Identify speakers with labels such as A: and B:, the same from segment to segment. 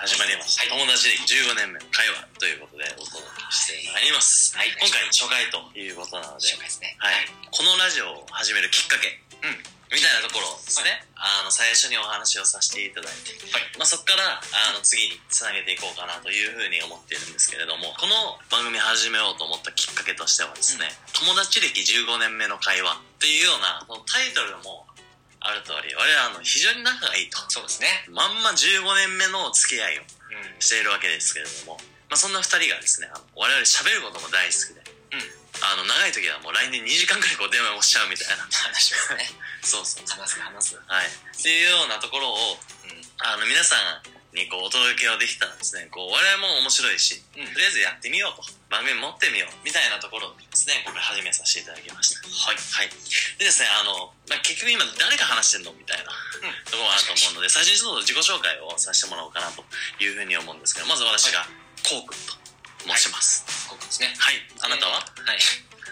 A: 始まります、
B: はい
A: 友達歴15年目の会話ということでお届けしてまいります、
B: はい
A: 今回初回ということなので
B: 紹介ですね。
A: はい、このラジオを始めるきっかけ、
B: うん
A: みたいなところをですね、あの最初にお話をさせていただいて、
B: はい
A: まあ、そこからあの次につなげていこうかなというふうに思っているんですけれどもこの番組始めようと思ったきっかけとしてはですね、友達歴15年目の会話っていうようなこのタイトルもある通り我々あの非常に仲がいいと
B: そうですね。
A: まんま15年目の付き合いを
B: うん
A: しているわけですけれども、まあ、そんな2人がですねあの我々喋ることも大好きで、
B: うん
A: あの長い時はもう LINE で2時間くらいこう電話をしちゃうみたいな
B: 話をね、
A: そうそう
B: 話す話す。
A: はいっていうようなところをあの皆さんにこうお届けをできたらですねこう我々も面白いし
B: うん。うん
A: とりあえずやってみようと番組持ってみようみたいなところをですね今回始めさせていただきましたはい、はい、でですねあの、まあ、結局今誰が話してんのみたいな
B: うん
A: ところがあると思うので最初にちょっと自己紹介をさせてもらおうかなというふうに思うんですけどまず私がこうくんと申します
B: ここですね。
A: はい、あなたは
B: はい。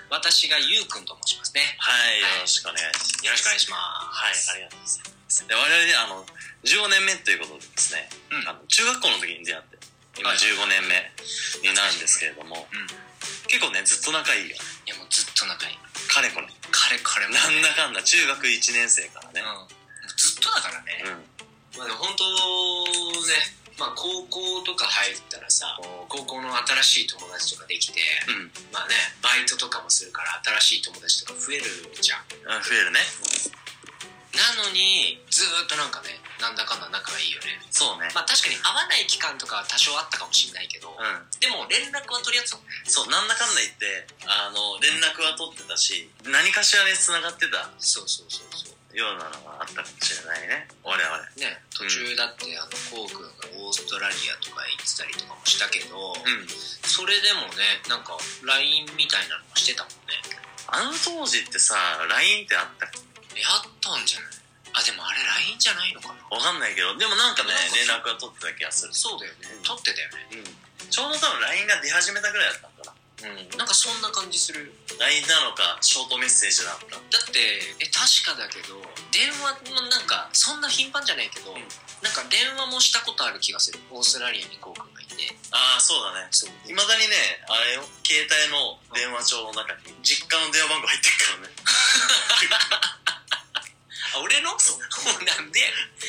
B: 私がゆうくんと申しますね。
A: はい、よろしくお願いします。
B: よろしくお願い
A: し
B: しま
A: ます。
B: す。
A: はい、ありがとうございます。で、我々ね、あの、15年目ということでですね、
B: うん
A: あの中学校の時に出会って、今
B: はい
A: 15年目になるんですけれども、
B: うん
A: 結構ね、ずっと仲いいよ。
B: いやもうずっと仲いい。
A: かれこれ。
B: かれこれも、
A: なんだかんだ、中学1年生からね。
B: うん。ずっとだからね。
A: うん。
B: まあでも本当ね、まあ高校とか入ったらさ、こう高校の新しい友達とかできて、
A: うん。うん、
B: まあね、バイトとかもするから新しい友達とか増えるじゃん。
A: 増えるね。
B: なのに、ずーっとなんかね、なんだかんだ仲がいいよね。
A: そうね。
B: まあ確かに会わない期間とかは多少あったかもしれないけど、
A: うん。
B: でも連絡は取り合ってたもんね
A: そう、なんだかんだ言って、あの、連絡は取ってたし、何かしらで繋がってた
B: そうそうそうそう
A: ようなのがあったかもしれないね。我々。
B: ね途中だって、あのこうくんがオーストラリアとか行ってたりとかもしたけど、
A: うん。
B: それでもねなんか LINE みたいなのもしてたもんね
A: あの当時ってさ、LINE ってあったっけ
B: えあったんじゃないあでもあれ LINE じゃないのかな
A: わかんないけど、でもなんかね
B: なん、か
A: 連絡は取ってた気がする。
B: そうだよね
A: うん
B: 撮ってたよ
A: う
B: ね
A: ん。ちょうど多分 LINE が出始めたぐらいだったんだな。
B: うんなんかそんな感じする
A: LINE なのか、ショートメッセージなのか。
B: だってえ確かだけど電話もなんかそんな頻繁じゃないけ
A: う
B: ど、
A: ん
B: なんか電話もしたことある気がするオーストラリアにこうくんがいて
A: ああ、そうだね。
B: そう
A: いまだにね、あれよ、携帯の電話帳の中に、実家の電話番号入ってるからね。
B: あ俺のそうなんで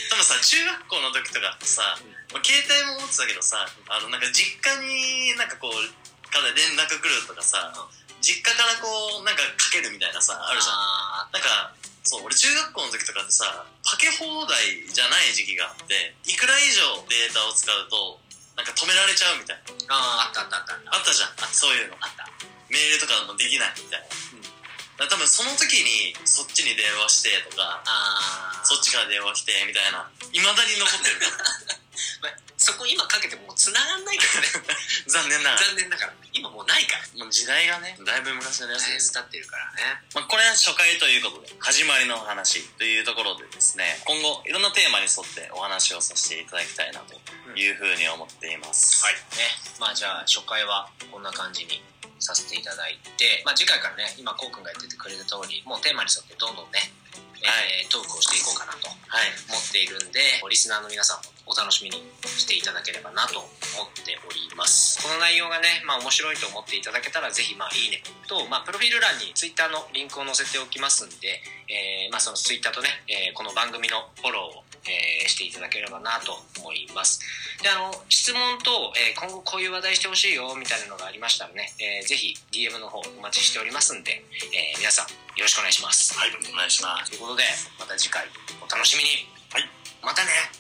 A: 多分さ、中学校の時とかってさ
B: う
A: まあ
B: ん、
A: 携帯も持ってたけどさ、あの、なんか実家になんかこう、から連絡来るとかさ、実家からこう、なんかかけるみたいなさ、あ
B: あ
A: るじゃん。
B: ゃ
A: なんか、そう、俺中学校の時とかってさ、かけ放題じゃない時期があって、いくら以上データを使うと、なんか止められちゃうみたいな。
B: んあーあったあったあった
A: あったじゃん。そういうの。
B: あった
A: メールとかもできないみたいな。
B: ん
A: だから多分その時に、そっちに電話してとか、
B: あ
A: そっちから電話してみたいな。未だに残ってる。
B: そこ今かけてももう繋がんないからね
A: 残念 ながら。
B: 残念ながら今もうないから
A: もう時代がね、だいぶ昔のやつ
B: だい
A: で
B: ぶ
A: す。
B: 経ってるからね
A: まあ、これは初回ということで、始まりのお話というところでですね、今後いろんなテーマに沿ってお話をさせていただきたいなというふうに思っています。
B: はいねまあじゃあ初回はこんな感じにさせていただいて、まあ、次回からね今こうくんが言っててくれた通りもうテーマに沿ってどんどんね、えートークをしていこうかなと
A: はい。
B: 思っているんでリスナーの皆さんもお楽しみにしていただければなと思っておりますこの内容がね、まあ、面白いと思っていただけたらぜひまあいいねと、まあ、プロフィール欄に Twitter のリンクを載せておきますんで、えーまあ、その Twitter とね、えーこの番組のフォローを、えーしていただければなと思いますであの質問と、えー今後こういう話題してほしいよみたいなのがありましたらね、えーぜひ DM の方お待ちしておりますんで、えー皆さんよろしくお願いします
A: はい、お願いします。
B: ということでまた次回お楽しみに
A: はい
B: またね